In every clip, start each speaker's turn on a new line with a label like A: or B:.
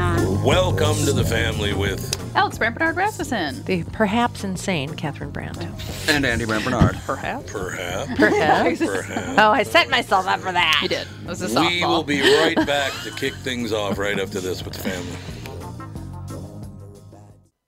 A: Welcome to the family with
B: Alex Brant Bernard Rasmussen.
C: The perhaps insane Catherine Brandt.
D: And Andy Brand Bernard.
B: Perhaps.
A: perhaps.
C: Perhaps.
A: perhaps.
C: oh, I set myself up for that.
B: You did. It was a softball.
A: We will be right back to kick things off right after this with the family.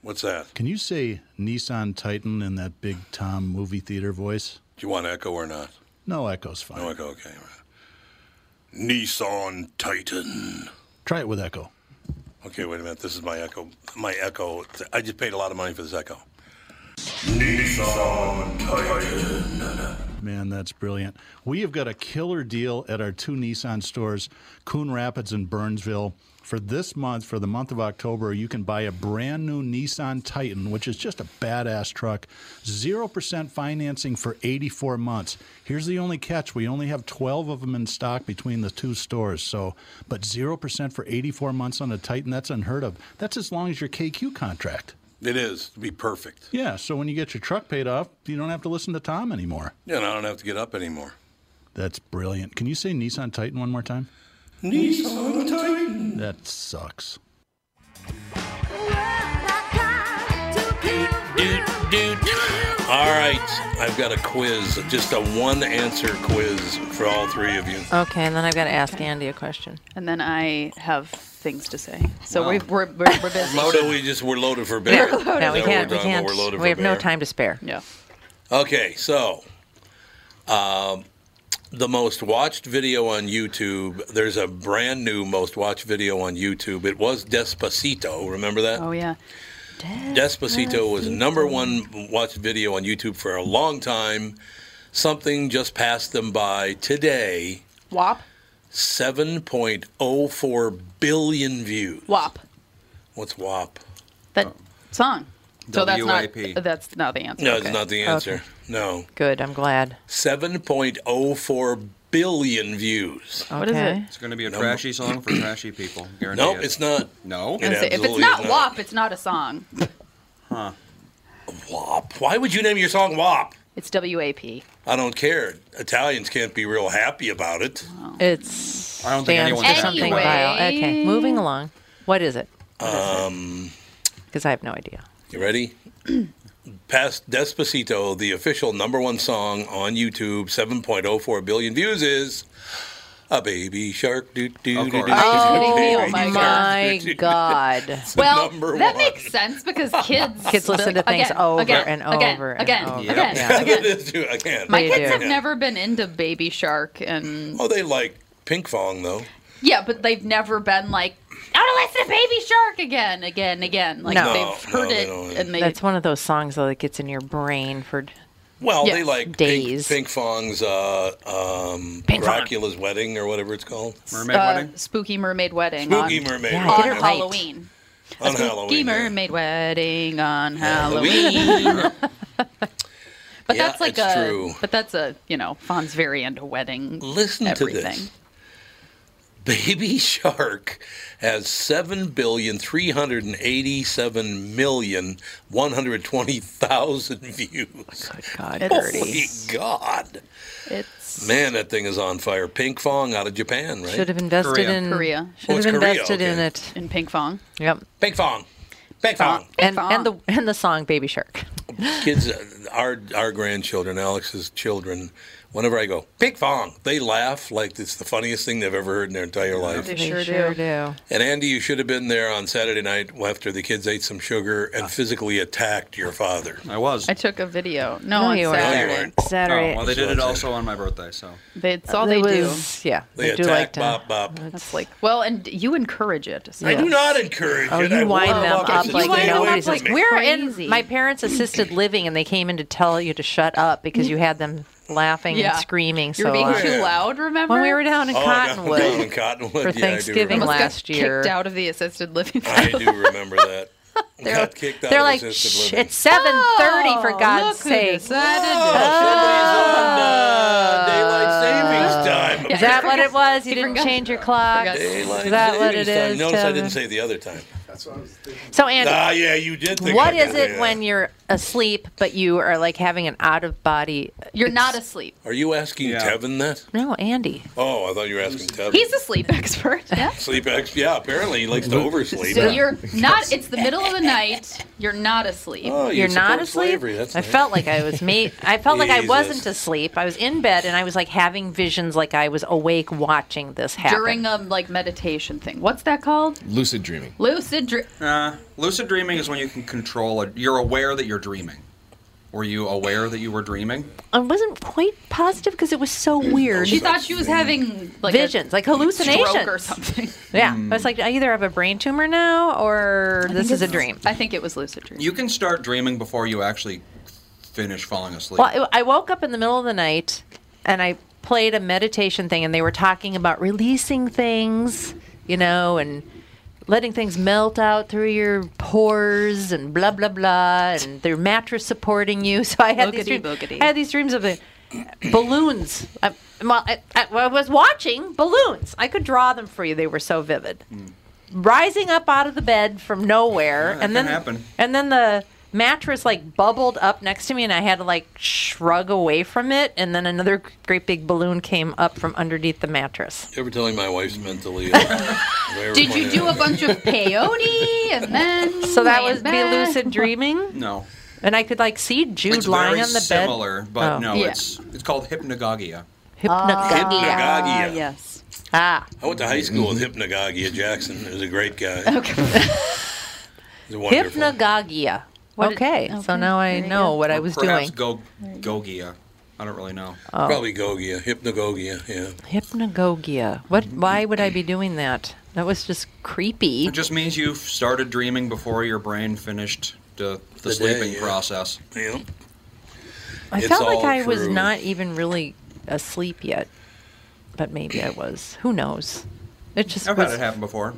A: What's that?
E: Can you say Nissan Titan in that big Tom movie theater voice?
A: Do you want echo or not?
E: No echo's fine.
A: No echo, Oh, okay. all right. Nissan Titan.
E: Try it with echo.
A: Okay, wait a minute. This is my echo. My echo. I just paid a lot of money for this echo. Nissan Titan.
E: Man, that's brilliant. We have got a killer deal at our two Nissan stores, Coon Rapids and Burnsville. For this month, for the month of October, you can buy a brand new Nissan Titan, which is just a badass truck. 0% financing for 84 months. Here's the only catch we only have 12 of them in stock between the two stores. So, but 0% for 84 months on a Titan, that's unheard of. That's as long as your KQ contract.
A: It is to be perfect.
E: Yeah, so when you get your truck paid off, you don't have to listen to Tom anymore.
A: Yeah, and I don't have to get up anymore.
E: That's brilliant. Can you say Nissan Titan one more time?
A: Nissan Titan.
E: That sucks.
A: All right, I've got a quiz, just a one answer quiz for all three of you.
C: Okay, and then I've got to ask Andy a question.
B: And then I have things to say. So we've, we're, we're, we're busy.
A: So we just we're loaded for bear.
C: No,
A: Is
C: we can't.
A: that what
C: We
A: we're talking about?
C: can't.
A: We're loaded
C: We
A: for
C: have no
A: bear.
C: time to spare.
B: Yeah.
A: Okay, so um, the most watched video on YouTube. There's a brand new most watched video on YouTube. It was Despacito. Remember that?
B: Oh, yeah.
A: Despacito was number one watched video on YouTube for a long time. Something just passed them by today.
B: WAP.
A: 7.04 billion views.
B: WAP.
A: What's WAP?
B: That song. So that's
D: WAP.
B: not, that's not the answer.
A: No,
B: Okay.
A: it's not the answer. No.
C: Good. I'm glad.
A: 7.04 billion views.
C: Okay.
B: What is it?
D: It's going to be a trashy song for trashy people. Guarantee
A: Nope,
D: it.
A: it's not.
D: No.
A: It
B: Let's see. If it's
A: absolutely
B: not
A: is not.
B: WAP, it's not a song.
A: WAP. Why would you name your song WAP?
B: It's WAP.
A: I don't care. Italians can't be real happy about it.
B: Oh.
C: It's
D: I don't think
C: stands
D: anyone's
C: for
D: happy
C: something
B: with
C: vile.
B: that.
C: Okay, moving along. What is it? Because I have no idea.
A: Um, You ready? Past Despacito, the official number one song on YouTube, 7.04 billion views is a baby shark. Do, do,
D: Of
A: do,
D: course.
A: do,
B: Are you
A: do,
B: kidding me?
A: do,
B: Oh
A: do,
B: my
A: do,
C: My
A: do, do, do.
C: God.
A: It's the
B: Well,
A: number
B: that
A: one.
B: makes sense because kids
C: Kids listen to things
B: again,
C: over
B: again,
C: and
B: again,
C: over and
B: again,
C: over.
B: again,
C: Yeah.
A: It
B: again.
A: is too. I can't.
B: My
C: They
B: kids
C: do.
B: have never been into Baby Shark and
A: Oh, they like Pink Fong, though.
B: yeah, but they've never been like I want to listen to Baby Shark again, again, again. Like
C: No.
B: they've
A: No,
B: heard
A: no, they
B: it
A: don't.
B: and they
C: That's one of those songs though that gets in your brain for.
A: Well,
B: Yeah.
A: they like
C: Days.
A: Pink, Pink Fong's uh, um,
C: Pink Fong.
A: Dracula's Wedding or whatever it's called.
D: Mermaid
B: uh,
D: Wedding.
B: Spooky Mermaid Wedding
A: Spooky
B: on,
A: Mermaid.
C: Yeah,
B: on
C: Get it right.
B: Halloween.
A: on
B: Spooky
A: Halloween. yeah.
B: Mermaid Wedding on Halloween.
A: Halloween.
B: But
A: Yeah,
B: that's like
A: it's
B: a
A: true.
B: but that's a you know, Fawn's very into wedding.
A: Listen
B: everything.
A: to this. Baby Shark has seven billion three hundred and eighty-seven million one hundred twenty thousand views.
C: Good Oh God,
B: It's-
C: dirty.
A: Holy God,
B: It's
A: man, that thing is on fire. Pink Fong out of Japan, right?
C: Should have invested
D: Korea.
C: in
B: Korea.
C: Should
A: Oh, it's
C: have
A: Korea,
C: invested in
A: okay.
C: it.
B: in Pink Fong.
C: Yep.
A: Pink Fong, Pink Fong.
C: And
B: Fong.
C: and the and the song Baby Shark.
A: Kids, uh, our our grandchildren, Alex's children, Whenever I go, pig fong, they laugh like it's the funniest thing they've ever heard in their entire life.
B: They
C: They
B: sure do.
C: do.
A: And Andy, you should have been there on Saturday night after the kids ate some sugar and physically attacked your father.
D: I was.
B: I took a video. No,
C: No,
B: on
C: you weren't.
A: No, you
B: Saturday.
A: weren't.
C: Saturday.
D: Oh, well, they did it also on my birthday, so
B: They, it's all they
C: It
B: do.
C: was- Yeah,
A: They
C: they, do like
A: attack
C: to.
A: Bop Bop.
C: That's like
B: Well, and you encourage it. so-
A: I do
C: Yes.
A: not encourage
C: Oh,
A: it. I
C: you wind
A: warn
C: them
A: I
C: up
A: said,
C: like
A: "Stay
B: wind
C: you
B: them
A: away
C: nobody's
B: up
A: from
B: like
A: me."
C: we're
B: crazy.
C: in my parents' assisted living, and they came in to tell you to shut up because you had them laughing
B: Yeah.
C: and screaming
B: You're
C: so
B: being
C: loud.
B: too loud. Remember
C: When we were down in
A: Oh, I got them
C: Cottonwood,
A: down in Cottonwood.
C: for
A: Yeah, I do
C: Thanksgiving
A: remember.
B: Almost got
C: last year.
B: kicked out of the assisted living.
A: I do remember that. got kicked out
C: they're
A: of
C: like,
A: assisted
C: "Shh,
A: living.
C: it's seven thirty for
B: Oh,
C: God's sake.
B: Is
A: Oh, somebody's on, uh, daylight savings time.
C: uh, Is that what it was? You
B: He
C: didn't
B: forgot.
C: change your clock.
B: Forgot.
A: Daylight
C: Is that what
A: savings
C: it
A: time.
C: is,
A: Notice I
C: Kevin?
A: didn't say the other time.
C: So, Andy,
A: Ah, yeah, you did. Think
C: what
A: I did,
C: is it
A: yeah.
C: when you're asleep but you are like having an out of body?
B: You're
C: ex-
B: not asleep.
A: Are you asking
D: Yeah.
A: Tevin that?
C: No, Andy.
A: Oh, I thought you were asking Tevin.
B: He's a sleep expert. Yeah.
A: sleep ex. Yeah, apparently he likes to oversleep.
B: So you're not. It's the middle of the night. You're not asleep.
A: oh, you
C: You're not
A: support
C: asleep.
A: Slavery. That's
C: I
A: nice.
C: felt like I was made. I felt like I
A: Jesus.
C: wasn't asleep. I was in bed and I was like having visions, like I was awake watching this happen.
B: During a like meditation thing. What's that called?
F: Lucid dreaming.
B: Lucid dream.
D: uh, lucid dreaming is when you can control it. You're aware that you're dreaming. Were you aware that you were dreaming?
C: I wasn't quite positive because it was so weird.
B: She thought she was having like a
C: visions, like hallucinations
B: stroke or something.
C: Yeah, I was like, I either have a brain tumor now or this is a dream.
B: I think it was lucid dream.
D: You can start dreaming before you actually finish falling asleep.
C: Well, I I woke up in the middle of the night and I played a meditation thing, and they were talking about releasing things, you know, and letting things melt out through your pores and blah blah blah, and their mattress supporting you. So I had these
B: Boogity,
C: dreams.
B: boogity.
C: I had these dreams of the balloons. I, well, I, I, I was watching balloons. I could draw them for you. They were so vivid. Rising up out of the bed from nowhere,
D: Mm. Yeah, that
C: and
D: can
C: then
D: happen.
C: and then the mattress like bubbled up next to me, and I had to like shrug away from it. And then another great big balloon came up from underneath the mattress.
A: You ever telling my wife's mentally? ill? They were
B: Did you
A: pointing
B: do a
A: out that.
B: bunch of peyote and then?
C: So that
B: lay
C: was me
B: back?
C: lucid dreaming,
D: no.
C: and I could like see Jude
D: It's
C: lying
D: very
C: on the
D: similar, but
C: Oh.
D: no,
B: Yeah.
D: it's it's called hypnagogia.
C: bed. Hypnagogia.
B: Ah,
A: Hypnagogia.
B: yes.
C: Ah,
A: I went to high school with Hypnagogia Jackson. He was a great guy.
B: Mm-hmm. Okay.
A: He's wonderful.
C: hypnagogia.
B: What it-
C: okay, so
B: okay,
C: now I
B: there you
C: know
B: go.
C: what I
D: Or
C: was
D: perhaps
C: doing.
D: doing. gogia. I don't really know.
C: Oh.
A: Probably Gogia. Hypnagogia. Yeah.
C: Hypnagogia. What? Why would I be doing that? That was just creepy.
D: It just means you've started dreaming before your brain finished the, the,
A: day,
D: sleeping
A: yeah.
D: process.
A: Yeah.
C: I
A: It's
C: felt like
A: all
C: I was
A: true.
C: not even really asleep yet, but maybe I was. Who knows? It just
D: I've
C: was.
D: had it happen before.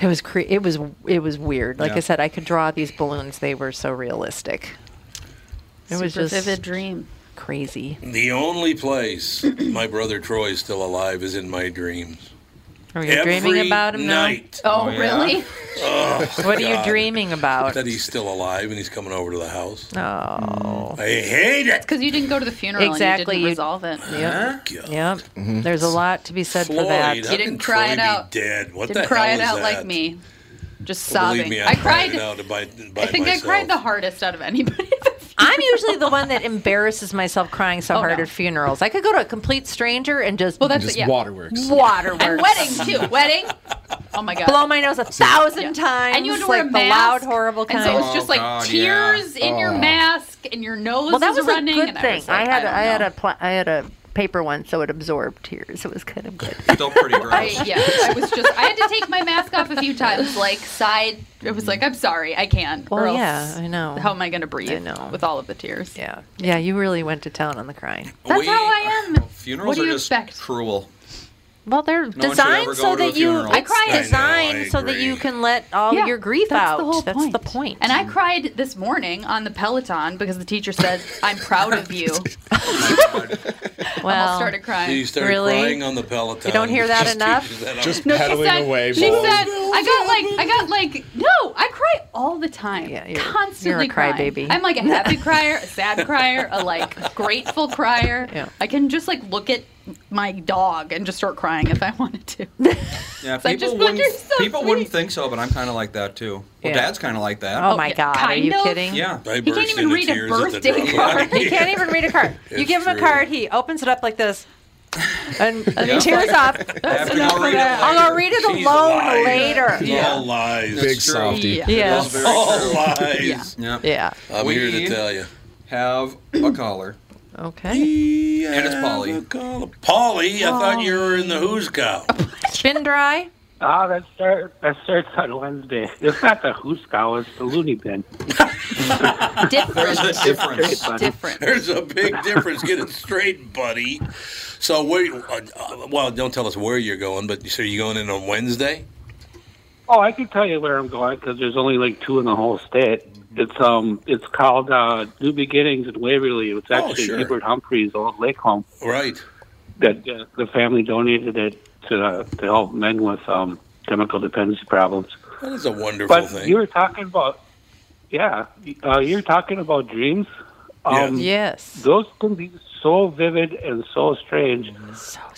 C: It was. Cre- it was. It was weird. Like I
D: Yeah.
C: said, I could draw these balloons. They were so realistic. It was
B: Super
C: just
B: vivid dream.
C: crazy.
A: The only place my brother Troy is still alive is in my dreams.
C: Are you dreaming
A: Every
C: about him
A: night
B: Oh,
D: Oh, yeah.
B: really?
C: now? What are you
A: God.
C: dreaming about?
A: that he's still alive and he's coming over to the house. Mm.
C: Oh,
A: I hate it.
B: Because you didn't go to the funeral
C: Exactly,
B: and you
C: you-
B: didn't resolve it.
C: yep.
A: God.
C: Yep. There's a lot to be said
A: Floyd,
C: for that.
A: how
B: You Mm-hmm. didn't
A: can
B: cry
A: Troy
B: it
A: be
B: out.
A: Dead. What
B: Didn't
A: the
B: cry
A: hell
B: it
A: is
B: out like
A: that?
B: me. Just
A: Well,
B: sobbing.
A: Believe me, I,
B: I cried.
A: It out by, by
B: I think
A: myself.
B: I cried the hardest out of anybody.
C: I'm usually the one that embarrasses myself crying so
B: Oh,
C: hard
B: no.
C: at funerals. I could go to a complete stranger and just
B: well, that's
F: Just
B: yeah.
F: waterworks.
C: waterworks.
B: And wedding too. Wedding. Oh my god.
C: blow my nose a thousand
B: Yeah.
C: times.
B: And you had to
C: like
B: wear a
C: the loud,
B: mask.
C: horrible
B: And
C: kind.
B: so it
D: Oh,
B: was just like
D: God,
B: tears in
A: Oh.
B: your mask and your nose
C: well, that
B: is
C: was a
B: running.
C: good
B: and I,
C: thing.
B: was
C: I,
B: like,
C: had
B: don't
C: I, had
B: know.
C: a pla- I had a paper one, so it absorbed tears. It was kind of good.
D: Still pretty gross.
B: I, yeah, I was just. I had to take my mask off a few times. Like side, it was like, I'm sorry, I can't. or
C: Well,
B: else
C: yeah, I know.
B: How am I going to breathe?
C: I know.
B: With all of the tears.
C: yeah, yeah. You really went to town on the crying.
D: Oh.
B: That's
A: We-
B: how I am.
D: Funerals
B: What do
D: are
B: you
D: just
B: expect?
D: cruel.
C: Well, they're
D: should
C: designed
D: ever
C: so
D: go to a
C: that you.
D: funeral.
C: It's
B: I know, I
C: designed so that
A: agree.
C: you can let all your grief
B: that's
C: out.
B: The whole
C: that's
B: point.
C: the point.
B: And I cried this morning on the Peloton because the teacher said, "I'm proud of you."
C: well,
B: I started crying.
A: You started
C: Really?
A: crying on the Peloton.
C: You don't hear that
A: Just
C: enough?
A: teaches that
F: Just
A: out.
B: No, she
F: pedaling
B: said.
F: away.
B: she
F: bawling.
B: said, "I got like, I got like, no, I cry all the time.
C: Yeah, you're-
B: constantly
C: you're a crybaby.
B: crying. I'm like a happy crier, a sad crier, a like grateful crier.
C: Yeah.
B: I can just like look at my dog and just start crying if I wanted to.
D: Yeah,
B: So I
D: people
B: just feel like
D: wouldn't
B: you're so
D: people wouldn't
B: sweet.
D: think so, but I'm kind of like that too. Well,
C: Yeah.
D: Dad's kind of like that.
C: Oh my
B: yeah,
C: God! Are
B: kind
C: you
B: of.
C: kidding?
D: Yeah.
A: I
B: He can't
A: burst
B: even
A: into
B: read a
A: tears at the
B: birthday
A: drop of a
B: card.
A: hat.
C: He can't even read a card. you
A: It's
C: give him a
A: true.
C: card, he opens it up like this, and, and
D: Yeah.
C: he tears up.
D: After
C: That's enough
D: you
C: for
D: read it
C: that. I'll go read it
A: She's
C: alone
A: lying.
C: later.
A: It's
D: Yeah.
A: All lies.
G: Big
D: true.
G: softy.
B: Yeah.
D: That's
C: Yes.
D: very
A: all
D: true.
A: lies.
B: Yeah.
D: Oh, Yeah.
C: Yeah.
A: I'm
D: We-
A: here to tell you.
D: Have a collar.
C: Okay.
A: And
D: it's Polly.
A: Polly, I thought you were in the Who's Cow.
C: Spin dry.
F: Ah, that start that starts on Wednesday. It's not the Hooskow, it's the Looney Bin.
D: There's a
B: Different.
D: difference.
B: Different.
A: There's a big difference. Get it straight, buddy. So where? Uh, uh, well, don't tell us where you're going, but so you're going in on Wednesday.
F: Oh, I can tell you where I'm going because there's only like two in the whole state.
A: Mm-hmm.
F: It's um, it's called uh, New Beginnings in Waverly. It's
A: Oh,
F: actually
A: sure.
F: Hubert Humphrey's old lake home
A: Right.
F: that uh, the family donated it to uh, to help men with um chemical dependency problems.
A: That is a wonderful
F: But
A: thing.
F: you were talking about, yeah, uh, you were talking about dreams. Um,
C: Yes.
F: Those can be so vivid and so strange.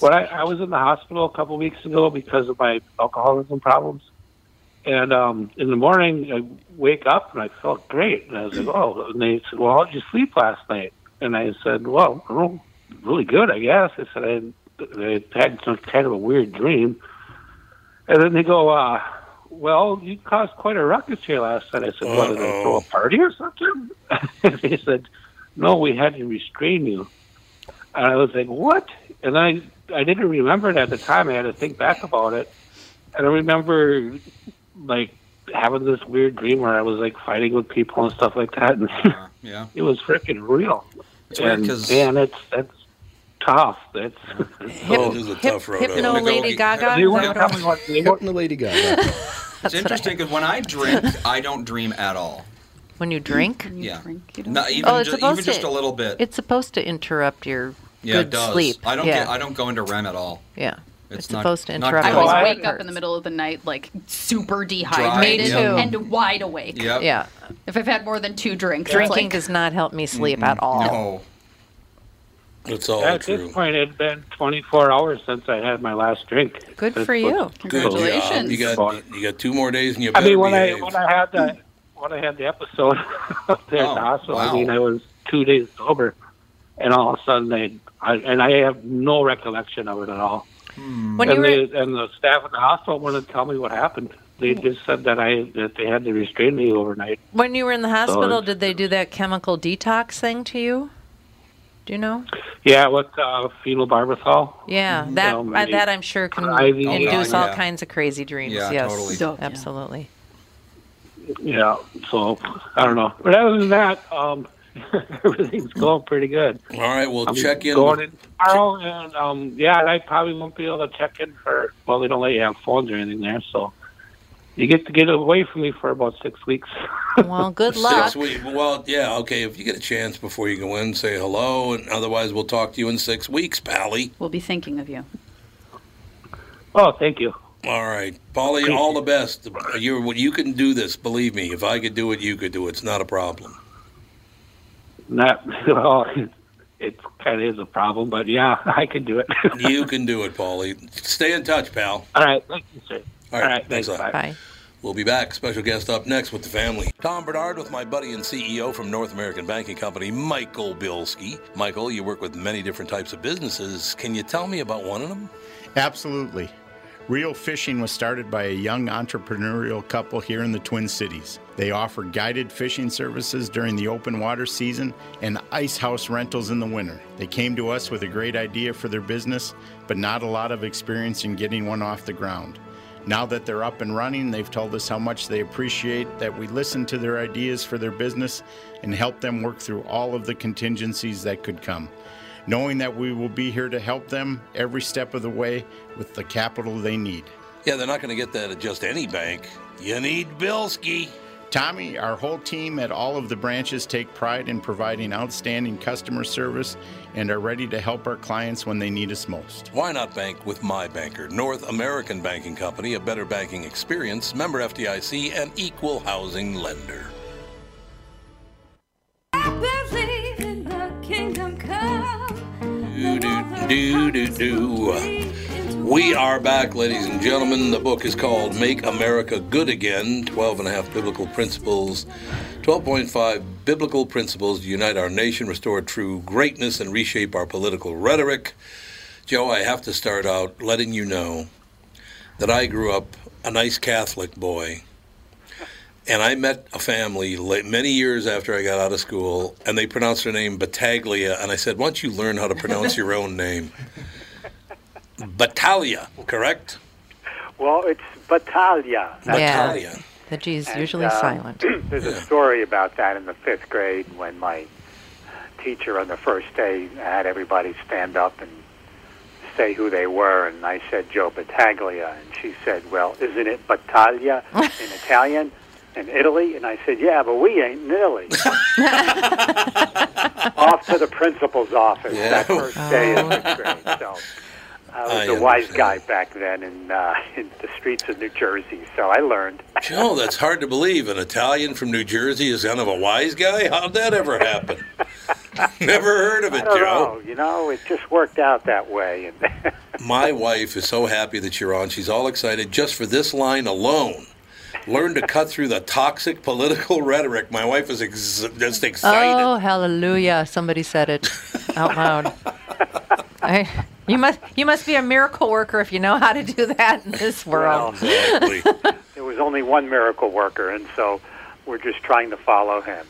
F: When I, I was in the hospital a couple weeks ago because of my alcoholism problems, and um, in the morning I wake up and I felt great, and I was like, "Oh!" And they said, "Well, how'd you sleep last night?" And I said, "Well, I don't- really good, I guess." I said, "I, I had some kind of a weird dream," and then they go, uh, "Well, you caused quite a ruckus here last night." I said, "What did I throw
A: Uh-oh.
F: a party or something?" and they said, "No, we had to restrain you." And I was like, "What?" And I I didn't remember it at the time. I had to think back about it, and I remember like having this weird dream where I was like fighting with people and stuff like that, and
D: Yeah. Yeah.
F: it was freaking real.
D: It's weird
F: and
D: 'cause-
F: man, it's that's tough. That's
A: Oh, this is a tough road.
C: hypno
A: I'll
C: Lady
D: go-
C: Gaga.
F: they
C: is
F: weren't
C: that what it
F: coming.
C: was?
F: Like, they
G: Yep,
F: weren't,
G: and the Lady Gaga.
D: It's interesting because when I drink, I don't dream at all.
C: When you drink,
D: Yeah.
B: Drink, you don't
D: Not
B: drink.
D: even,
C: Oh, it's
D: just,
C: supposed
D: even just
C: to-
D: a little bit.
C: it's supposed to interrupt your
D: yeah,
C: good
D: it does.
C: sleep.
D: I don't
C: yeah.
D: get. I don't go into REM at all.
C: yeah.
D: It's
C: It's,
D: not-
C: supposed to
D: not
C: interrupt.
B: I
D: good.
C: your
B: always
F: Well, I-
B: wake up in the middle of the night like super dehydrated
D: Dry,
C: yeah.
B: and wide awake.
D: Yep.
C: Yeah.
B: If I've had more than two drinks, it's
C: Drinking
B: like,
C: does not help me sleep at all.
D: No.
A: It's all
F: at
A: true.
F: this point, it had been 24 hours since I had my last drink.
C: Good
F: That's
C: for
F: what-
C: you.
A: Good job.
B: Congratulations.
A: You got you got two more days and you
F: I
A: better
F: mean, when I
A: behave.
F: when I had the when I had the episode up there
D: Oh,
F: at the hospital,
D: wow.
F: I mean, I was two days sober, and all of a sudden, they I, and I have no recollection of it at all.
C: When you
F: and,
C: were
F: the, and the staff at the hospital wouldn't tell me what happened. They just said that I that they had to restrain me overnight.
C: when you were in the hospital,
F: it's-
C: did they do that chemical detox thing to you? Do you know?
F: Yeah, with uh, phenylbarbital.
C: Yeah, that
F: Um,
C: uh,
F: the-
C: that I'm sure can
F: I- the-
C: induce all
D: Yeah.
C: kinds of crazy dreams.
D: Yeah,
C: yes,
D: totally.
B: So, yeah.
C: absolutely.
F: Yeah, so I don't know. But other than that, um, everything's going pretty good.
A: all right, well
F: I'm
A: check in.
F: going in tomorrow, and um, yeah, and I probably won't be able to check in for. Well, they don't let you have phones or anything there, so you get to get away from me for about six weeks.
C: Well, good luck.
A: Six weeks. Well, yeah, okay. If you get a chance before you go in, say hello, and otherwise we'll talk to you in six weeks, Pally.
B: We'll be thinking of you.
F: oh, thank you.
A: All right, Polly, all the best. You you can do this. Believe me, if I could do it, you could do it. It's not a problem.
F: Not well. It kind of is a problem, but yeah, I can do it.
A: You can do it, Polly. Stay in touch, pal.
F: All right, thank you, sir.
A: All right, thanks a lot.
C: Bye.
A: We'll be back. Special guest up next with the family. Tom Bernard with my buddy and CEO from North American Banking Company, Michael Bilski. Michael, you work with many different types of businesses. Can you tell me about one of them?
H: Absolutely. Real Fishing was started by a young entrepreneurial couple here in the Twin Cities. They offer guided fishing services during the open water season and ice house rentals in the winter. They came to us with a great idea for their business, but not a lot of experience in getting one off the ground. Now that they're up and running, they've told us how much they appreciate that we listen to their ideas for their business and help them work through all of the contingencies that could come knowing that we will be here to help them every step of the way with the capital they need.
A: Yeah, they're not going to get that at just any bank. You need Bilski.
H: Tommy, our whole team at all of the branches take pride in providing outstanding customer service and are ready to help our clients when they need us most.
A: Why not bank with my banker, North American Banking Company, a better banking experience, member FDIC, and equal housing lender.
I: I believe in the kingdom come.
A: Do, do, do, Do, do, do. We are back, ladies and gentlemen. The book is called Make America Good Again 12 and a half Biblical Principles, 12.5 Biblical Principles to Unite Our Nation, Restore True Greatness, and Reshape Our Political Rhetoric. Joe, I have to start out letting you know that I grew up a nice Catholic boy. And I met a family late, many years after I got out of school, and they pronounced their name Battaglia. And I said, Why don't you learn how to pronounce your own name? Battaglia, correct?
I: Well, it's Battaglia. That's
A: Battaglia.
I: right.
C: The G's
I: And,
C: usually
I: uh,
C: silent.
I: There's a story about that in the fifth grade when my teacher on the first day had everybody stand up and say who they were, and I said Joe Battaglia, and she said, "Well, isn't it Battaglia in Italian?" In Italy, and I said, "Yeah, but we ain't in Italy." Off to the principal's office that
A: Yeah.
I: first day of
C: Oh.
I: fifth grade. So I was
A: I
I: a wise guy back then in, uh, in the streets of New Jersey, so I learned.
A: Joe, that's hard to believe. An Italian from New Jersey is kind of a wise guy? How'd that ever happen? Never heard of it,
I: I don't
A: Joe.
I: know. You know, it just worked out that way. And
A: My wife is so happy that you're on. She's all excited just for this line alone. Learn to cut through the toxic political rhetoric. My wife is ex- just excited.
C: Oh, hallelujah! Somebody said it out loud. I, you must you must be a miracle worker if you know how to do that in this world.
A: Exactly.
I: there was only one miracle worker, and so we're just trying to follow him.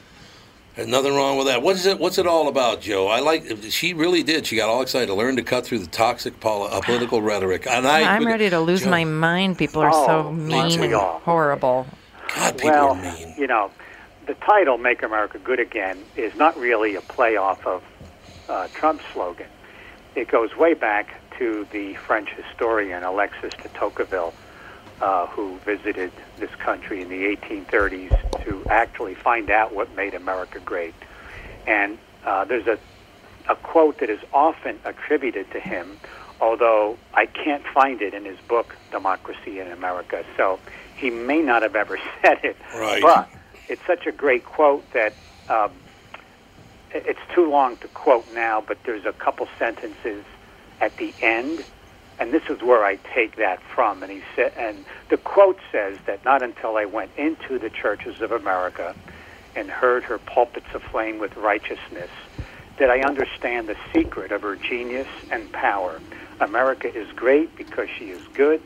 A: There's nothing wrong with that. What's it? What's it all about, Joe? I like. She really did. She got all excited. Learned to cut through the toxic poli- uh, political rhetoric. And I,
C: I'm ready to lose
A: Joe,
C: my mind. People are
I: Oh,
C: so
I: aren't
C: mean
I: we
C: and
I: all?
C: horrible.
A: God, Ah, people
I: Well,
A: are mean.
I: you know, the title "Make America Good Again" is not really a play off of uh, Trump's slogan. It goes way back to the French historian Alexis de Tocqueville, uh, who visited this country in the 1830s to actually find out what made America great. And uh, there's a, a quote that is often attributed to him, although I can't find it in his book, Democracy in America. So he may not have ever said it.
A: Right.
I: But it's such a great quote that um, it- it's too long to quote now, but there's a couple sentences at the end, and this is where I take that from. And he said, and the quote says that not until I went into the churches of America and heard her pulpits aflame with righteousness did I understand the secret of her genius and power. America is great because she is good,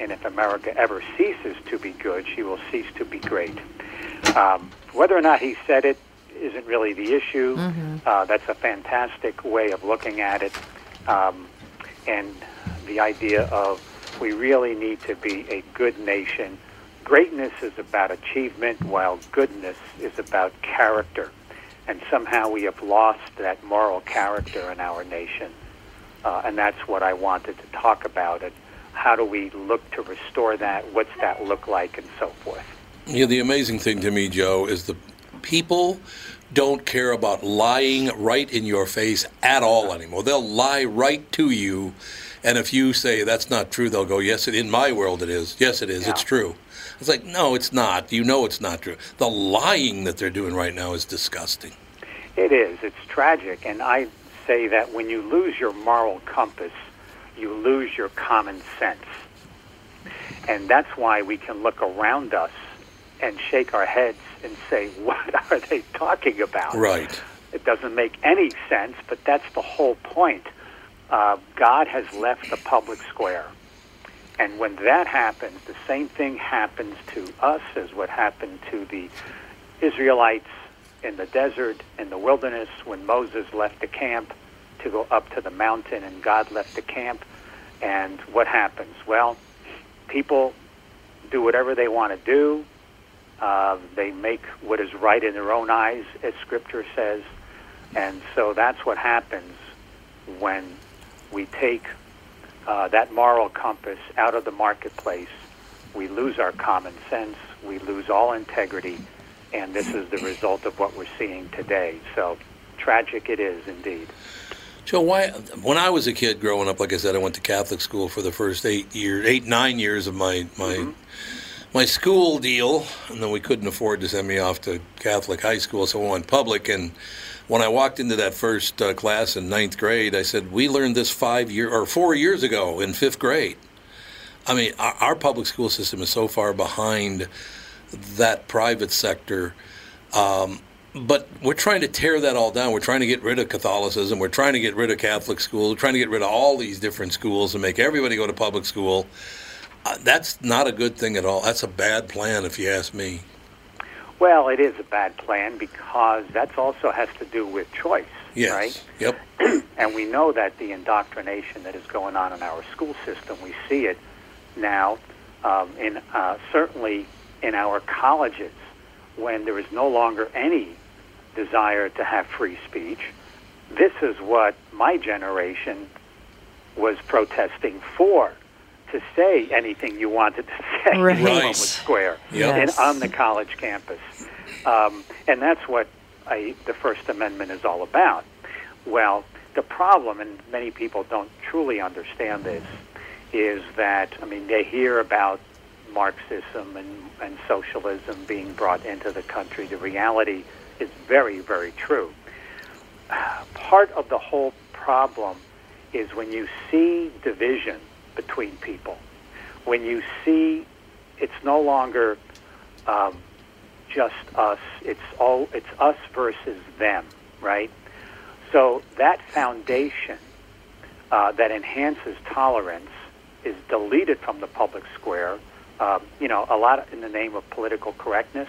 I: and if America ever ceases to be good, she will cease to be great. Um, whether or not he said it isn't really the issue. Uh, that's a fantastic way of looking at it. Um, and the idea of we really need to be a good nation. Greatness is about achievement, while goodness is about character. And somehow we have lost that moral character in our nation. Uh, and that's what I wanted to talk about. And how do we look to restore that? What's that look like? And so forth.
A: Yeah, the amazing thing to me, Joe, is the people don't care about lying right in your face at all anymore. They'll lie right to you, and if you say that's not true, they'll go, "Yes, it, in my world it is. Yes, it is. It's
I: Yeah.
A: true." It's like, no, it's not. You know, it's not true. The lying that they're doing right now is disgusting.
I: It is. It's tragic. And I say that when you lose your moral compass, you lose your common sense. And that's why we can look around us and shake our heads and say, what are they talking about?
A: Right.
I: It doesn't make any sense, but that's the whole point. Uh, God has left the public square. And when that happens, the same thing happens to us as what happened to the Israelites in the desert, in the wilderness, when Moses left the camp to go up to the mountain and God left the camp. And what happens? Well, people do whatever they want to do. Uh, they make what is right in their own eyes, as Scripture says. And so that's what happens when we take uh, that moral compass out of the marketplace. We lose our common sense. We lose all integrity. And this is the result of what we're seeing today. So tragic it is indeed.
A: Joe, why? When I was a kid growing up, like I said, I went to Catholic school for the first eight years, eight nine years of my my my school deal, and then we couldn't afford to send me off to Catholic high school, so I went public. And when I walked into that first uh, class in ninth grade, I said, "We learned this five year or four years ago in fifth grade." I mean, our, our public school system is so far behind that private sector. Um, but we're trying to tear that all down. We're trying to get rid of Catholicism. We're trying to get rid of Catholic school. We're trying to get rid of all these different schools and make everybody go to public school. Uh, that's not a good thing at all. That's a bad plan, if you ask me.
I: Well, it is a bad plan because that also has to do with choice,
A: Yes.
I: right?
A: Yep.
I: and we know that the indoctrination that is going on in our school system, we see it now, um, in uh, certainly in our colleges, when there is no longer any desire to have free speech. This is what my generation was protesting for. To say anything you wanted to say
C: Right.
I: in Public
A: Right.
I: Square
A: Yep.
I: and
C: Yes.
I: on the college campus. Um, and that's what I, the First Amendment is all about. Well, the problem, and many people don't truly understand this, is that, I mean, they hear about Marxism and, and socialism being brought into the country. The reality is very, very true. Part of the whole problem is when you see division between people, when you see it's no longer um, just us. It's all it's us versus them, right? So that foundation uh, that enhances tolerance is deleted from the public square. Um, you know, a lot in the name of political correctness.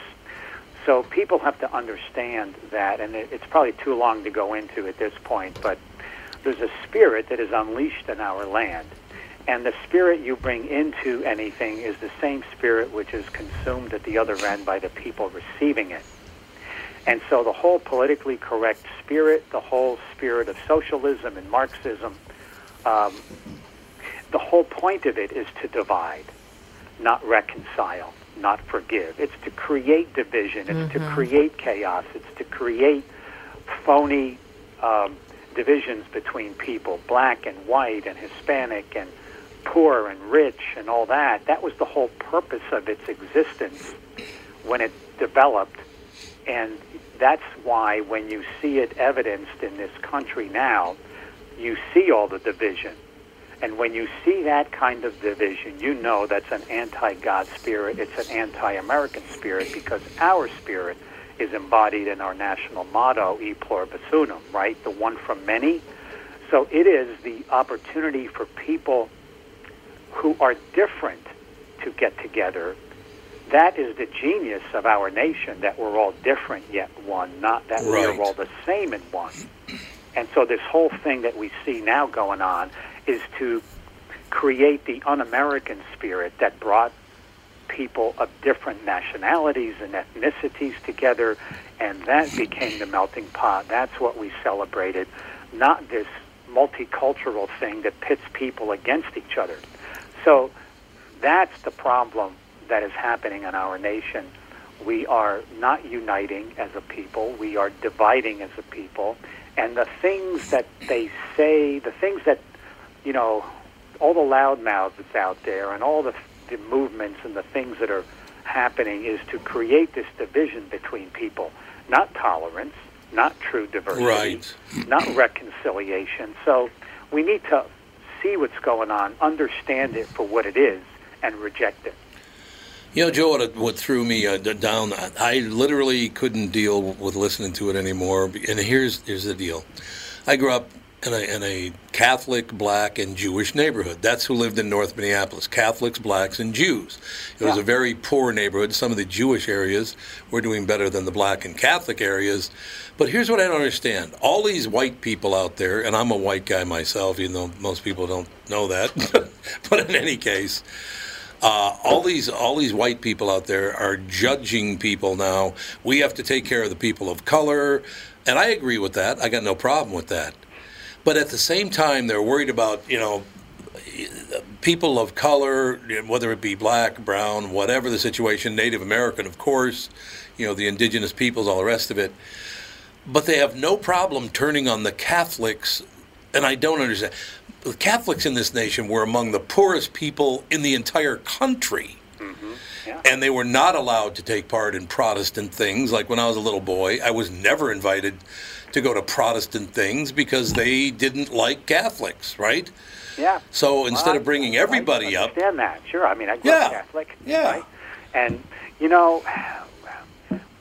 I: So people have to understand that, and it, it's probably too long to go into at this point. But there's a spirit that is unleashed in our land, and the spirit you bring into anything is the same spirit which is consumed at the other end by the people receiving it. And so the whole politically correct spirit, the whole spirit of socialism and Marxism, um, the whole point of it is to divide, not reconcile, not forgive. It's to create division. It's to create chaos. It's to create phony um, divisions between people, black and white and Hispanic and poor and rich and all that. That was the whole purpose of its existence when it developed. And that's why when you see it evidenced in this country now, you see all the division. And when you see that kind of division, you know that's an anti God spirit. It's an anti American spirit because our spirit is embodied in our national motto, e pluribus unum, right? The one from many. So it is the opportunity for people who are different to get together. That is the genius of our nation that we're all different yet one, not that we
A: Right.
I: are all the same in one. And so this whole thing that we see now going on is to create the un-American spirit that brought people of different nationalities and ethnicities together, and that became the melting pot. That's what we celebrated, not this multicultural thing that pits people against each other. So that's the problem that is happening in our nation. We are not uniting as a people. We are dividing as a people. And the things that they say, the things that, you know, all the loudmouths that's out there and all the, the movements and the things that are happening is to create this division between people, not tolerance, not true diversity
A: Right.
I: not reconciliation. So we need to see what's going on, understand it for what it is, and reject it.
A: You know, Joe, what, what threw me uh, d- down, I- I literally couldn't deal with listening to it anymore. And here's here's the deal: I grew up in a, in a Catholic, Black, and Jewish neighborhood. That's who lived in North Minneapolis: Catholics, Blacks, and Jews. It was a very poor neighborhood. Some of the Jewish areas were doing better than the Black and Catholic areas. But here's what I don't understand: all these white people out there, and I'm a white guy myself, even though most people don't know that. but in any case uh, all these all these white people out there are judging people now. We have to take care of the people of color, and I agree with that. I got no problem with that. But at the same time, they're worried about you know people of color, whether it be black, brown, whatever the situation, Native American, of course, you know the indigenous peoples, all the rest of it. But they have no problem turning on the Catholics, and I don't understand. The Catholics in this nation were among the poorest people in the entire country. and they were not allowed to take part in Protestant things. Like when I was a little boy, I was never invited to go to Protestant things because they didn't like Catholics, right?
I: Yeah.
A: So instead of bringing everybody up,
I: understand that. Sure. I mean, I grew
A: Yeah.
I: up Catholic. Yeah. Right? And, you know,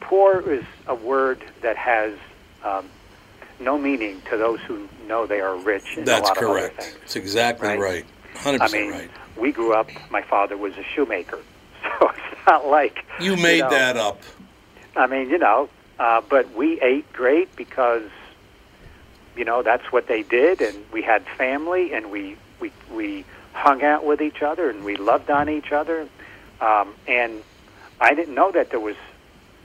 I: poor is a word that has um, no meaning to those who know they are rich. In
A: that's
I: a lot Of other
A: correct.
I: things.
A: It's exactly
I: right?
A: right. 100%
I: I mean,
A: right.
I: we grew up, my father was a shoemaker. So it's not like.
A: You made
I: know,
A: that up.
I: I mean, you know, uh, but we ate great because, you know, that's what they did, and we had family, and we we we hung out with each other, and we loved on each other, um, and I didn't know that there was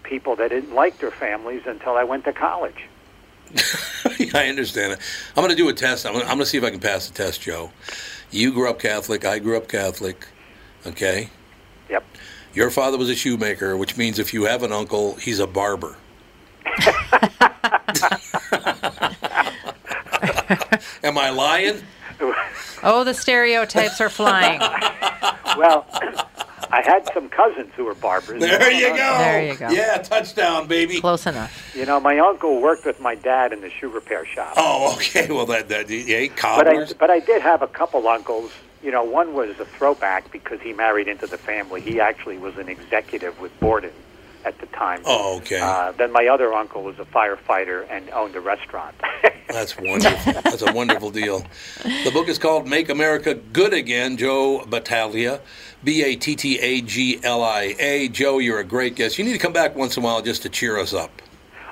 I: people that didn't like their families until I went to college.
A: Yeah, I understand it. I'm going to do a test. I'm going to, I'm going to see if I can pass the test, Joe. You grew up Catholic. I grew up Catholic. Okay.
I: Yep.
A: Your father was a shoemaker, which means if you have an uncle, he's a barber. Am I lying?
C: Oh, the stereotypes are flying.
I: Well, I had some cousins who were barbers.
A: There you go.
C: There you go.
A: Yeah, touchdown, baby.
C: Close enough.
I: You know, my uncle worked with my dad in the shoe repair shop.
A: Oh, okay. Well, that that yeah,
I: But I,
A: cobblers.
I: but I did have a couple uncles. You know, one was a throwback because he married into the family. He actually was an executive with Borden at the time.
A: Oh, okay.
I: Uh, then my other uncle was a firefighter and owned a restaurant.
A: That's wonderful. That's a wonderful deal. The book is called Make America Good Again, Joe Battaglia, B A T T A G L I A. Joe, you're a great guest. You need to come back once in a while just to cheer us up.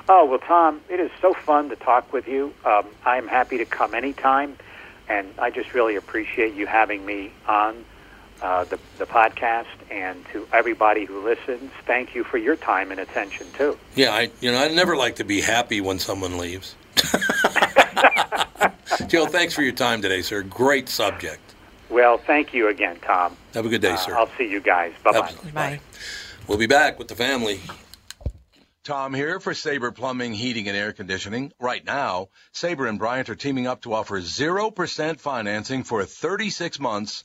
I: oh, well, Tom, it is so fun to talk with you. Um, I'm happy to come anytime, and I just really appreciate you having me on uh, the, the podcast. And to everybody who listens, thank you for your time and attention, too.
A: Yeah, I you know, I never like to be happy when someone leaves. Joe, thanks for your time today, sir. Great subject.
I: Well, thank you again, Tom.
A: Have a good day,
I: Uh,
A: sir.
I: I'll see you guys. Bye bye.
A: Absolutely.
C: Bye.
A: We'll be back with the family. Tom here for Sabre Plumbing, Heating, and Air Conditioning. Right now, Sabre and Bryant are teaming up to offer 0% financing for 36 months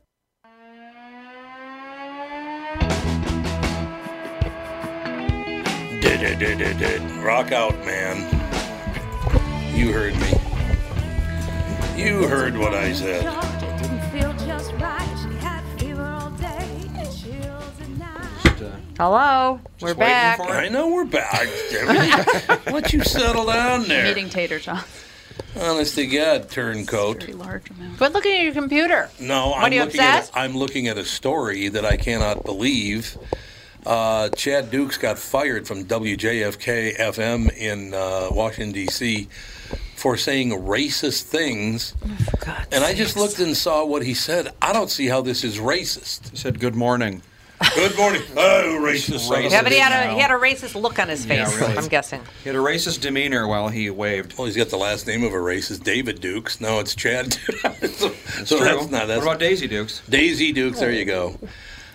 A: Rock out, man. You heard me. You heard what I said.
C: Hello. We're
D: waiting
C: back.
D: for it.
A: I know we're back. Everything- What you settle down there?
B: Eating tater tots.
A: Honest to God, turncoat.
B: Pretty large amount.
C: Quit looking at your computer.
A: No,
C: are
A: I'm
C: you
A: looking at
C: obsessed?
A: a, I'm looking at a story that I cannot believe. Uh, Chad Dukes got fired from WJFK FM in uh, Washington D.C. for saying racist things,
C: Oh,
A: and I just looked and saw what he said. I don't see how this is racist.
D: He said, "Good morning."
A: Good morning. Oh, racist. son of a
D: Racist.
C: Yeah, but he had a
D: now.
C: he had a racist look on his face.
D: really.
C: I'm guessing.
D: He had a racist demeanor while he waved.
A: Well, he's got the last name of a racist, David Dukes. No, it's Chad. so so
D: True.
A: that's not that's
D: what about Daisy Dukes?
A: Daisy Dukes. There you go.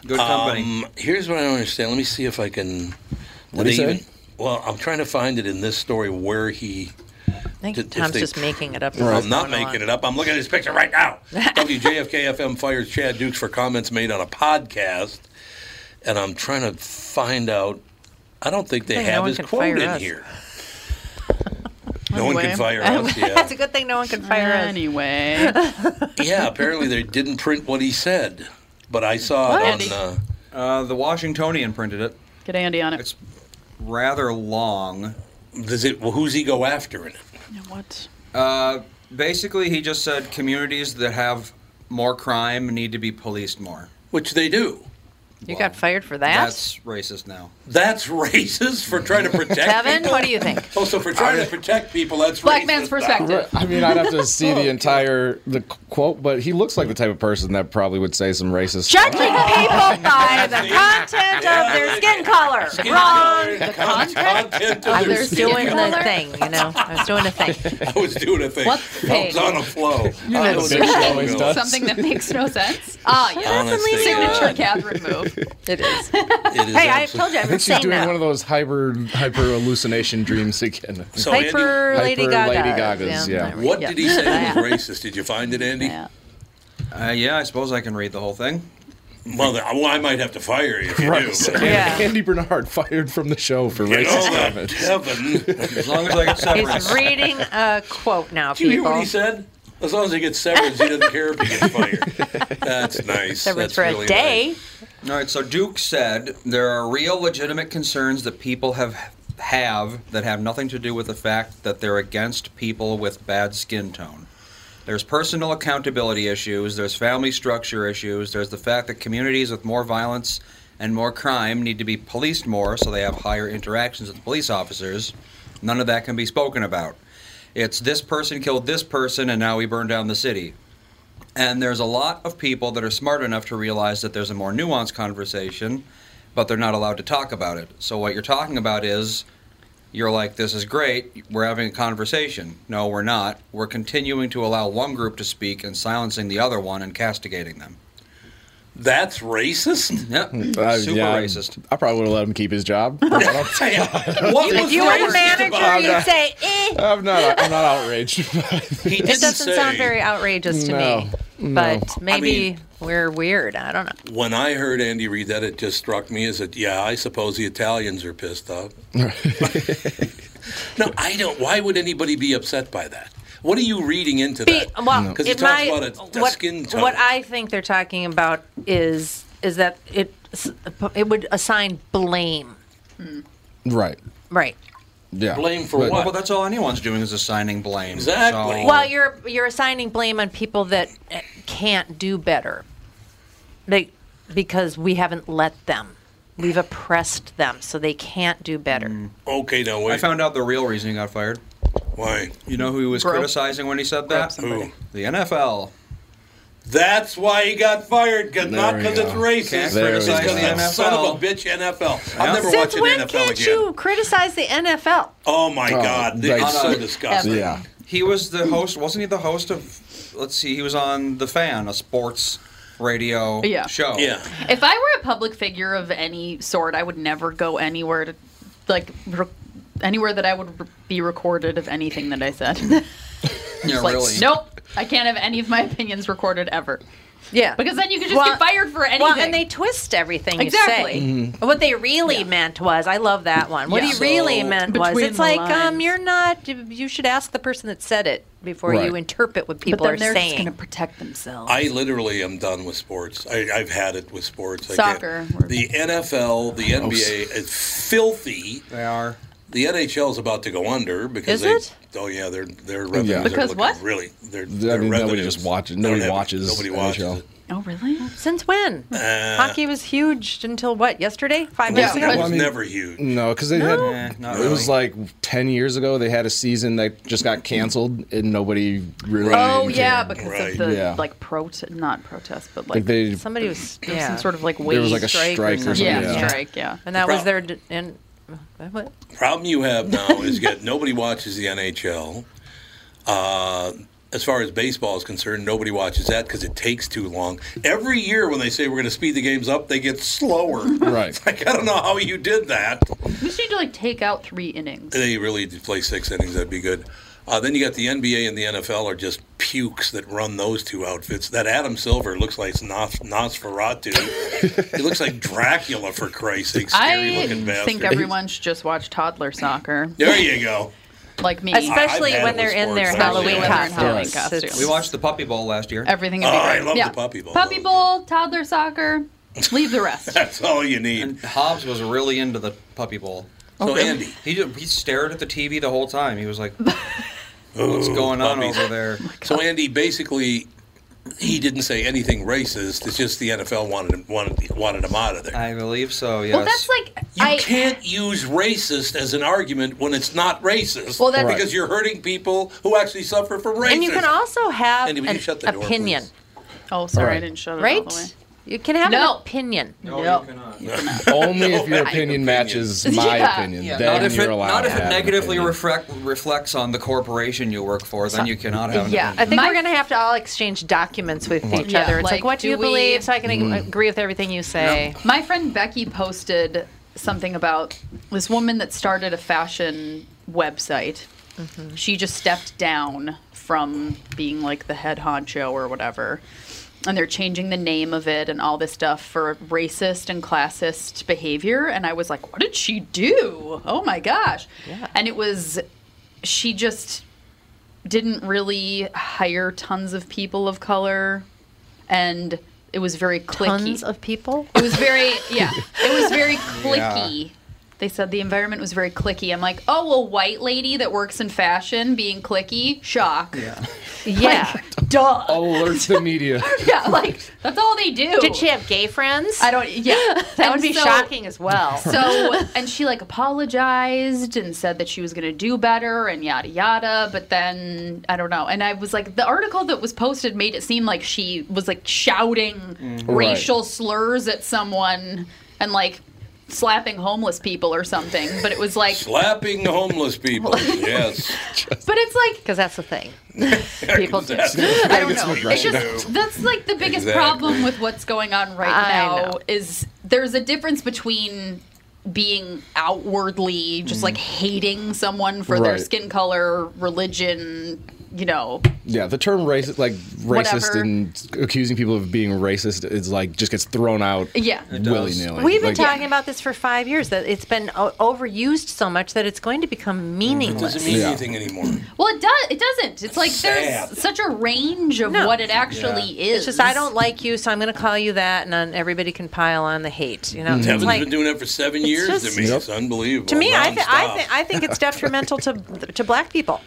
D: Good company.
A: Um, here's what I don't understand. Let me see if I can.
G: What do
A: did
G: you
A: they
G: say?
A: well, I'm trying to find it in this story where he.
C: I think
A: Did- if
C: Tom's
A: they-
C: just making it up.
A: I'm not making it up. I'm looking at his picture right now. WJFK FM fires Chad Dukes for comments made on a podcast, and I'm trying to find out. I don't think they
C: Hey, no
A: have
C: one
A: his
C: can
A: quote
C: fire
A: in
C: us.
A: here. no one can
B: Anyway.
A: fire us. Yeah.
C: That's a good thing no one can fire us.
B: Anyway,
A: yeah, apparently they didn't print what he said, but I saw it
B: What?
A: on. Uh,
D: Uh, the Washingtonian printed it.
B: get Andy on it.
D: It's rather long.
A: Does it? Well, who's he go after in it?
B: What?
D: Uh, basically, he just said communities that have more crime need to be policed more.
A: Which they do.
C: You got fired for that?
D: That's racist now.
A: That's racist for trying to protect
C: Kevin,
A: people.
C: what do you think?
A: Oh, so for trying to protect people, that's
B: Black
A: racist.
B: man's perspective.
J: I mean, I'd have to see the entire the quote, but he looks like the type of person that probably would say some racist.
C: Judging people by the content of their skin color. Wrong.
A: The content. of
C: I
A: their
C: was
A: speech.
C: doing the thing, you know. I was doing the thing.
A: I was doing a thing.
C: What
A: I was
C: thing?
A: on a flow. You
J: know the big show always does.
B: Something that makes no sense. Ah, yeah.
A: Honestly,
B: Signature
A: uh,
B: Catherine move.
C: It is.
A: It is
C: Hey, I
A: absolute-
C: told you I'm
J: She's
C: insane
J: doing
C: now.
J: one of those hyper hyper hallucination dreams again.
A: So Andy,
C: Hyper Lady
J: Hyper
C: Gaga.
J: Lady Gagas, yeah.
A: what
C: yeah.
A: did he say was racist? Did you find it, Andy?
B: Yeah.
D: Uh, yeah, I suppose I can read the whole thing.
A: Mother, well, I might have to fire you if you
J: Right.
A: do.
J: so
A: but-
C: Yeah.
J: Andy Bernard fired from the show for
A: You know
J: racist
A: that,
J: comments.
A: Kevin.
D: As long as I get
C: He's
D: severance.
C: reading a quote now,
A: Do you hear what
C: people.
A: he said? As long as he gets severance, he doesn't care if he gets fired. That's nice.
C: Severance
A: That's
C: for
A: really
C: a day.
A: nice.
D: All right, so Duke said there are real legitimate concerns that people have have that have nothing to do with the fact that they're against people with bad skin tone. There's personal accountability issues, there's family structure issues, there's the fact that communities with more violence and more crime need to be policed more so they have higher interactions with police officers. None of that can be spoken about. It's this person killed this person and now we burn down the city. And there's a lot of people that are smart enough to realize that there's a more nuanced conversation, but they're not allowed to talk about it. So what you're talking about is you're like, this is great, we're having a conversation. No, we're not. We're continuing to allow one group to speak and silencing the other one and castigating them.
A: That's racist?
D: Yep.
J: Uh,
D: Super
J: yeah,
D: racist.
J: I probably would have let him keep his job. I'm
A: What
C: If
A: was
C: you were the
A: racist
C: manager,
A: about
C: you'd say, eh.
J: not. I'm not outraged.
A: it? He
C: It
A: didn't
C: doesn't sound
A: say-
C: very outrageous to me. But maybe
A: mean-
C: we're weird. I don't know.
A: When I heard Andy read that, it just struck me as that, yeah, I suppose the Italians are pissed off. no, I don't. Why would anybody be upset by that? What are you reading into
C: Be,
A: that?
C: well,
A: 'Cause he
C: it
A: talks
C: might-
A: about a- a
C: what,
A: skin tone.
C: what I think they're talking about is is that it it would assign blame,
J: right.
C: right?
J: Yeah.
A: Blame for
J: But-
A: what?
D: Well, that's all anyone's doing is assigning blame.
A: Exactly.
D: So-
C: Well, you're you're assigning blame on people that eh, can't do better, they because we haven't let them, we've oppressed them, so they can't do better.
A: Okay, now
D: I
A: wait.
D: found out the real reason he got fired.
A: Why?
D: You know who he was
C: Broke-
D: criticizing when he said that?
A: Who?
D: The NFL.
A: That's why he got fired, 'cause- not
J: we
A: because it's
J: go.
A: racist.
J: There
A: It's
J: we
A: because
J: go.
A: that son
D: NFL.
A: of a bitch NFL. I'm never
C: Since
A: watching
C: when
A: NFL
C: can't
A: again.
C: you criticize the NFL?
A: Oh my God,
J: right.
A: it's so
D: Ever.
A: disgusting.
J: Yeah.
D: He was the host, wasn't he? The host of, let's see, he was on the Fan, a sports radio
B: Yeah.
D: show.
A: Yeah.
B: If I were a public figure of any sort, I would never go anywhere to, like, re- anywhere that I would re- be recorded of anything that I said.
D: yeah,
B: like,
D: really.
B: nope, I can't have any of my opinions recorded ever.
C: Yeah,
B: Because then you could just
C: Well,
B: get fired for anything.
C: Well, and they twist everything
B: Exactly.
C: you say. What they really meant was, I love that one. What
B: Yeah.
C: he really
A: So-
C: meant was,
B: Between
C: it's
B: the
C: like, um,
B: lines.
C: you're not. You should ask the person that said it before
J: Right.
C: you interpret what
B: but
C: people
B: then
C: are
B: they're just
C: saying.
B: going to protect themselves.
A: I literally am done with sports. I, I've had it with sports. I
B: Soccer.
A: can't- The NFL, the NBA, it's filthy.
D: They are.
A: The NHL is about to go under because
C: Is
A: they.
C: it?
A: Oh yeah, their their revenues are
J: Because
A: looking
B: what?
A: really their,
J: I
A: their
J: mean, nobody
A: revenues-
J: just watches-
A: they don't
J: nobody
A: have-
J: watches
A: Nobody watches.
J: NHL.
A: it.
B: oh, really?
C: Since when? Hockey was huge until what? Yesterday? Five years
A: Well,
C: ago?
A: it
J: Well, I
A: was
J: mean-
A: never huge.
J: No, because they
D: Eh,
J: had.
D: not
J: It was
D: really.
J: like ten years ago. They had a season that just got canceled, and nobody really.
B: Oh,
J: cared.
B: yeah, because
A: Right.
B: of the,
J: Yeah.
B: like, protest, not protest, but, like,
J: Like they.
C: Somebody was
B: there was
C: yeah.
B: some sort of, like, wage
J: There was like a
C: strike or
J: strike, or
C: something.
J: something.
B: yeah,
C: yeah.
B: strike, yeah.
C: and that was
A: Prob-
C: their d- and what?
A: problem you have now is that nobody watches the NHL. Uh, as far as baseball is concerned, nobody watches that because it takes too long. Every year when they say we're going to speed the games up, they get slower.
J: Right.
A: Like, I don't know how you did that.
B: We should, like, take out three innings.
A: They really did play six innings. That'd be good. Uh, then you got the NBA and the NFL are just pukes that run those two outfits. That Adam Silver looks like Nos- Nosferatu. he looks like Dracula for Christ's sake. Scary
B: I
A: looking bastard.
B: think everyone should just watch toddler soccer,
A: there you go.
B: like me.
C: Especially
A: had
C: when
A: it with
C: they're in their
A: sports.
C: Halloween
A: Especially
B: when they're in
C: costumes.
B: Halloween
C: It's-
D: We watched the Puppy Bowl last year.
B: Everything would be
A: Oh, I
B: great.
A: love
B: yeah.
A: the puppy bowl.
B: Puppy bowl, toddler soccer. Leave the rest.
A: That's all you need.
D: And Hobbs was really into the Puppy Bowl.
A: So Andy,
D: He just, he stared at the TV the whole time. He was like, "What's going on
A: puppies.
D: over
B: Oh
D: there?"
A: so Andy basically he didn't say anything racist. It's just the NFL wanted him wanted wanted him out of there.
D: I believe so. Yes.
B: Well, that's like
A: You
B: I
A: can't use racist as an argument when it's not racist.
B: Well, that's-
A: because you're hurting people who actually suffer from racism.
C: And you can also have
A: Andy, would you
C: an
A: shut the door,
C: opinion,
B: Oh, sorry, I
J: Alright.
B: didn't shut it all the way.
C: right? You can have
B: No.
C: an opinion.
D: no,
B: Yep.
D: you cannot.
J: Only if your
A: I-
J: opinion matches
B: Yeah.
J: my opinion.
D: Yeah,
J: Then
D: not if
J: you're
D: it,
J: allowed
D: not
J: to
D: if
J: have
D: it
J: an
D: negatively
J: opinion.
D: reflect, reflects on the corporation you work for, then you cannot have. an
C: Yeah, I
D: opinion.
C: think
B: My-
C: we're going to have to all exchange documents with each
B: Yeah,
C: other. It's like,
B: like,
C: what do
B: do
C: you
B: we-
C: believe? So I can ag-
A: Hmm.
C: agree with everything you say.
B: My friend Becky posted something about this woman that started a fashion website.
C: Mm-hmm.
B: She just stepped down from being like the head honcho or whatever. And they're changing the name of it and all this stuff for racist and classist behavior. And I was like, what did she do? Oh my gosh.
C: Yeah.
B: And it was, she just didn't really hire tons of people of color. And it was very clicky.
C: Tons of people.
B: It was very yeah. It was very clicky. They said the environment was very clicky. I'm like, oh well, white lady that works in fashion being clicky, shock. Yeah,
C: Yeah.
B: duh.
J: Alert the media.
B: Yeah, like that's all they do.
C: Did she have gay friends?
B: I don't. Yeah,
C: That
B: And
C: would be
B: so-
C: shocking as well.
B: So and she like apologized and said that she was gonna do better and yada yada. But then I don't know. And I was like, the article that was posted made it seem like she was like shouting
C: Mm-hmm.
B: racial slurs at someone and like slapping homeless people or something. But it was like,
A: Slapping homeless people. yes.
B: but it's like
C: Because that's the thing. People do.
B: I don't know.
J: some
B: It's just, that's like the biggest
A: Exactly.
B: problem with what's going on right
C: I
B: now
C: know.
B: is there's a difference between being outwardly just like hating someone for their
J: Right.
B: skin color, religion, you know.
J: Yeah, the term racist, like racist
B: Whatever.
J: and accusing people of being racist, is like just gets thrown out
B: Yeah. It
D: does.
J: willy nilly.
C: We've been talking about this for five years. That it's been o- overused so much that it's going to become meaningless.
A: Doesn't Mm-hmm. mean
J: Yeah.
A: anything anymore.
B: Well, it does. It doesn't. It's like
A: Sad.
B: there's such a range of
C: No.
B: what it actually is.
C: It's just I don't like you, so I'm going to call you that, and then everybody can pile on the hate. You know, it's
A: Kevin's
C: like
A: been doing that for seven years.
C: just-
A: to me,
J: Yep.
A: it's unbelievable.
C: to me, I, th- I,
A: Nonstop.
C: th- I think it's detrimental to to black people.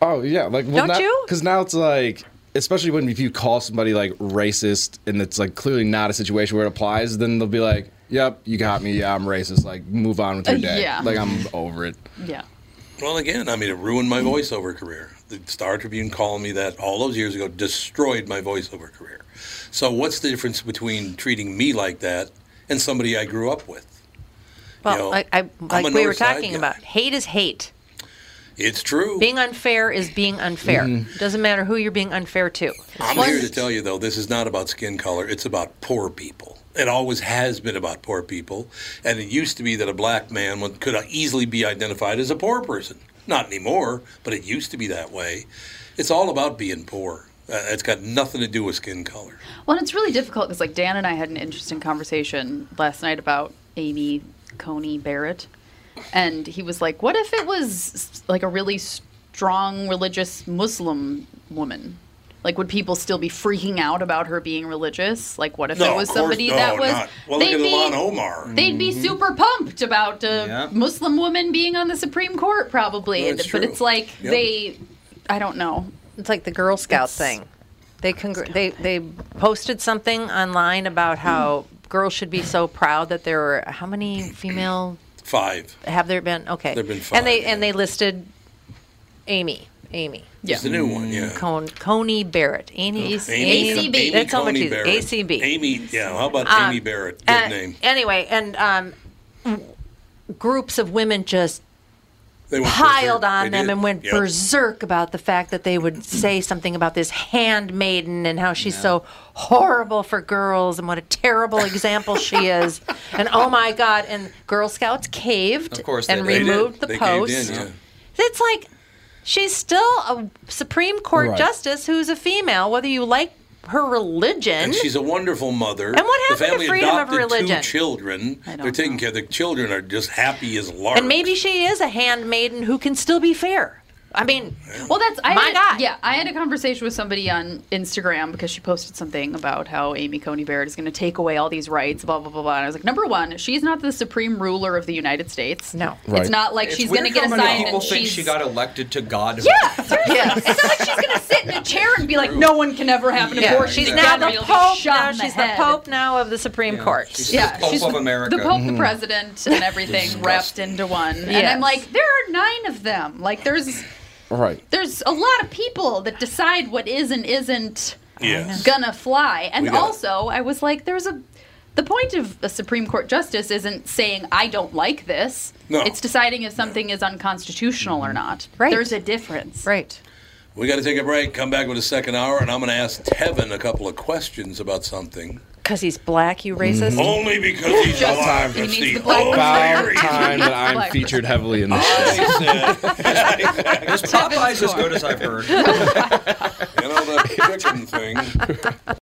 J: Oh yeah, like well,
C: Don't you?
J: Because now it's like, especially when if you call somebody like racist and it's like clearly not a situation where it applies, then they'll be like, "Yep, you got me. Yeah, I'm racist. Like, move on with your
B: Uh,
J: day.
B: yeah.
J: Like, I'm over it."
B: Yeah.
A: Well, again, I mean, it ruined my voiceover career. The Star Tribune calling me that all those years ago destroyed my voiceover career. So, what's the difference between treating me like that and somebody I grew up with?
C: Well,
A: You know,
C: like, I,
A: I'm a
C: like we were
A: North Side
C: talking
A: guy.
C: about, hate is hate.
A: It's true. Mm-hmm.
C: Being unfair is being unfair. Doesn't matter who you're being unfair to.
A: I'm here to tell you, though, this is not about skin color. It's about poor people. It always has been about poor people. And it used to be that a black man would- could easily be identified as a poor person. Not anymore, but it used to be that way. It's all about being poor. Uh, it's got nothing to do with skin color.
B: Well, and it's really difficult because, like, Dan and I had an interesting conversation last night about Amy Coney Barrett. And he was like, What if it was like a really strong religious Muslim woman? Like, would people still be freaking out about her being religious? Like, what if it was somebody that was. they'd be,
A: Omar. Mm-hmm.
B: They'd be
C: Mm-hmm.
B: super pumped about a
D: Yeah.
B: Muslim woman being on the Supreme Court, probably.
A: No, it's
B: but
A: true.
B: it's like
A: Yep.
B: they. I don't know.
C: It's like the Girl Scout thing. They congr- they they posted something online about how girls should be so proud that there were how many female
A: Five.
C: have there been? Okay,
A: There've been
C: and they
A: five,
C: and
A: yeah.
C: they listed Amy, Amy, Mm.
B: Yeah.
A: It's the new one, yeah.
C: Con- Coney Barrett, Amy,
B: ACB.
A: Amy
C: That's how much
A: Coney
C: easier.
A: Barrett.
C: ACB.
A: Amy, yeah. How about Amy Barrett? Good
C: Uh,
A: name.
C: Anyway, and um, groups of women just
A: They went
C: piled
A: berserk.
C: on
A: They
C: them
A: did.
C: and went
A: Yep.
C: berserk about the fact that they would say something about this handmaiden and how she's so horrible for girls and what a terrible example she is. And oh my God, and Girl Scouts caved
D: Of course they
C: and
D: did.
A: They did.
C: removed the
A: They caved
C: post.
A: in, yeah.
C: It's like she's still a Supreme Court
J: Right.
C: justice who's a female, whether you like her religion.
A: And she's a wonderful mother. And
C: what happened to
A: the family
C: freedom of
A: adopted
C: religion?
A: Two children.
B: don't
A: They're taking
B: know.
A: care. The children are just happy as larks.
C: and maybe she is a handmaiden who can still be fair I mean, oh
B: Well, that's I
C: My
B: had,
C: guy.
B: Yeah, I had a conversation with somebody on Instagram because she posted something about how Amy Coney Barrett is going to take away all these rights, blah blah blah blah. And I was like, number one, she's not the supreme ruler of the United States.
C: No.
J: Right.
B: it's not like
D: It's
B: she's
D: weird
B: going to get
D: how many
B: assigned
D: People
B: and
D: think
B: she's
D: she got elected to God.
B: yeah, seriously. It's not like she's going to sit in a chair and be like, no one can ever have an
D: Yeah,
B: abortion.
C: she's
D: exactly.
C: now
B: Done or
C: the
B: you'll be
C: Pope.
B: shot
C: Now
B: in the
C: she's the
B: head.
C: Pope now of the Supreme
D: Yeah,
C: Court.
D: she's-
C: yeah. Mm-hmm.
B: Yeah,
D: Pope
B: she's
D: of America.
B: the Pope, the President, and everything wrapped into one. And
C: Yes.
B: I'm like, there are nine of them. Like, there's
J: Right.
B: there's a lot of people that decide what is and isn't
A: Yes.
B: gonna fly. And
A: We got-
B: also, I was like, there's a the point of a Supreme Court justice isn't saying I don't like this.
A: No.
B: It's deciding if something is unconstitutional or not.
C: Right.
B: There's a difference.
C: Right.
A: We got to take a break. Come back with a second hour, and I'm going to ask Tevin a couple of questions about something.
C: Because he's black, you racist.
A: Only because he's
B: Just-
A: alive.
B: he
A: That's
B: needs
A: the
B: the black
A: only
J: About
A: reason.
J: time that I'm
B: Black.
J: featured heavily in this.
A: I said,
D: This Popeye's as good as I've heard.
A: you know, that chicken thing.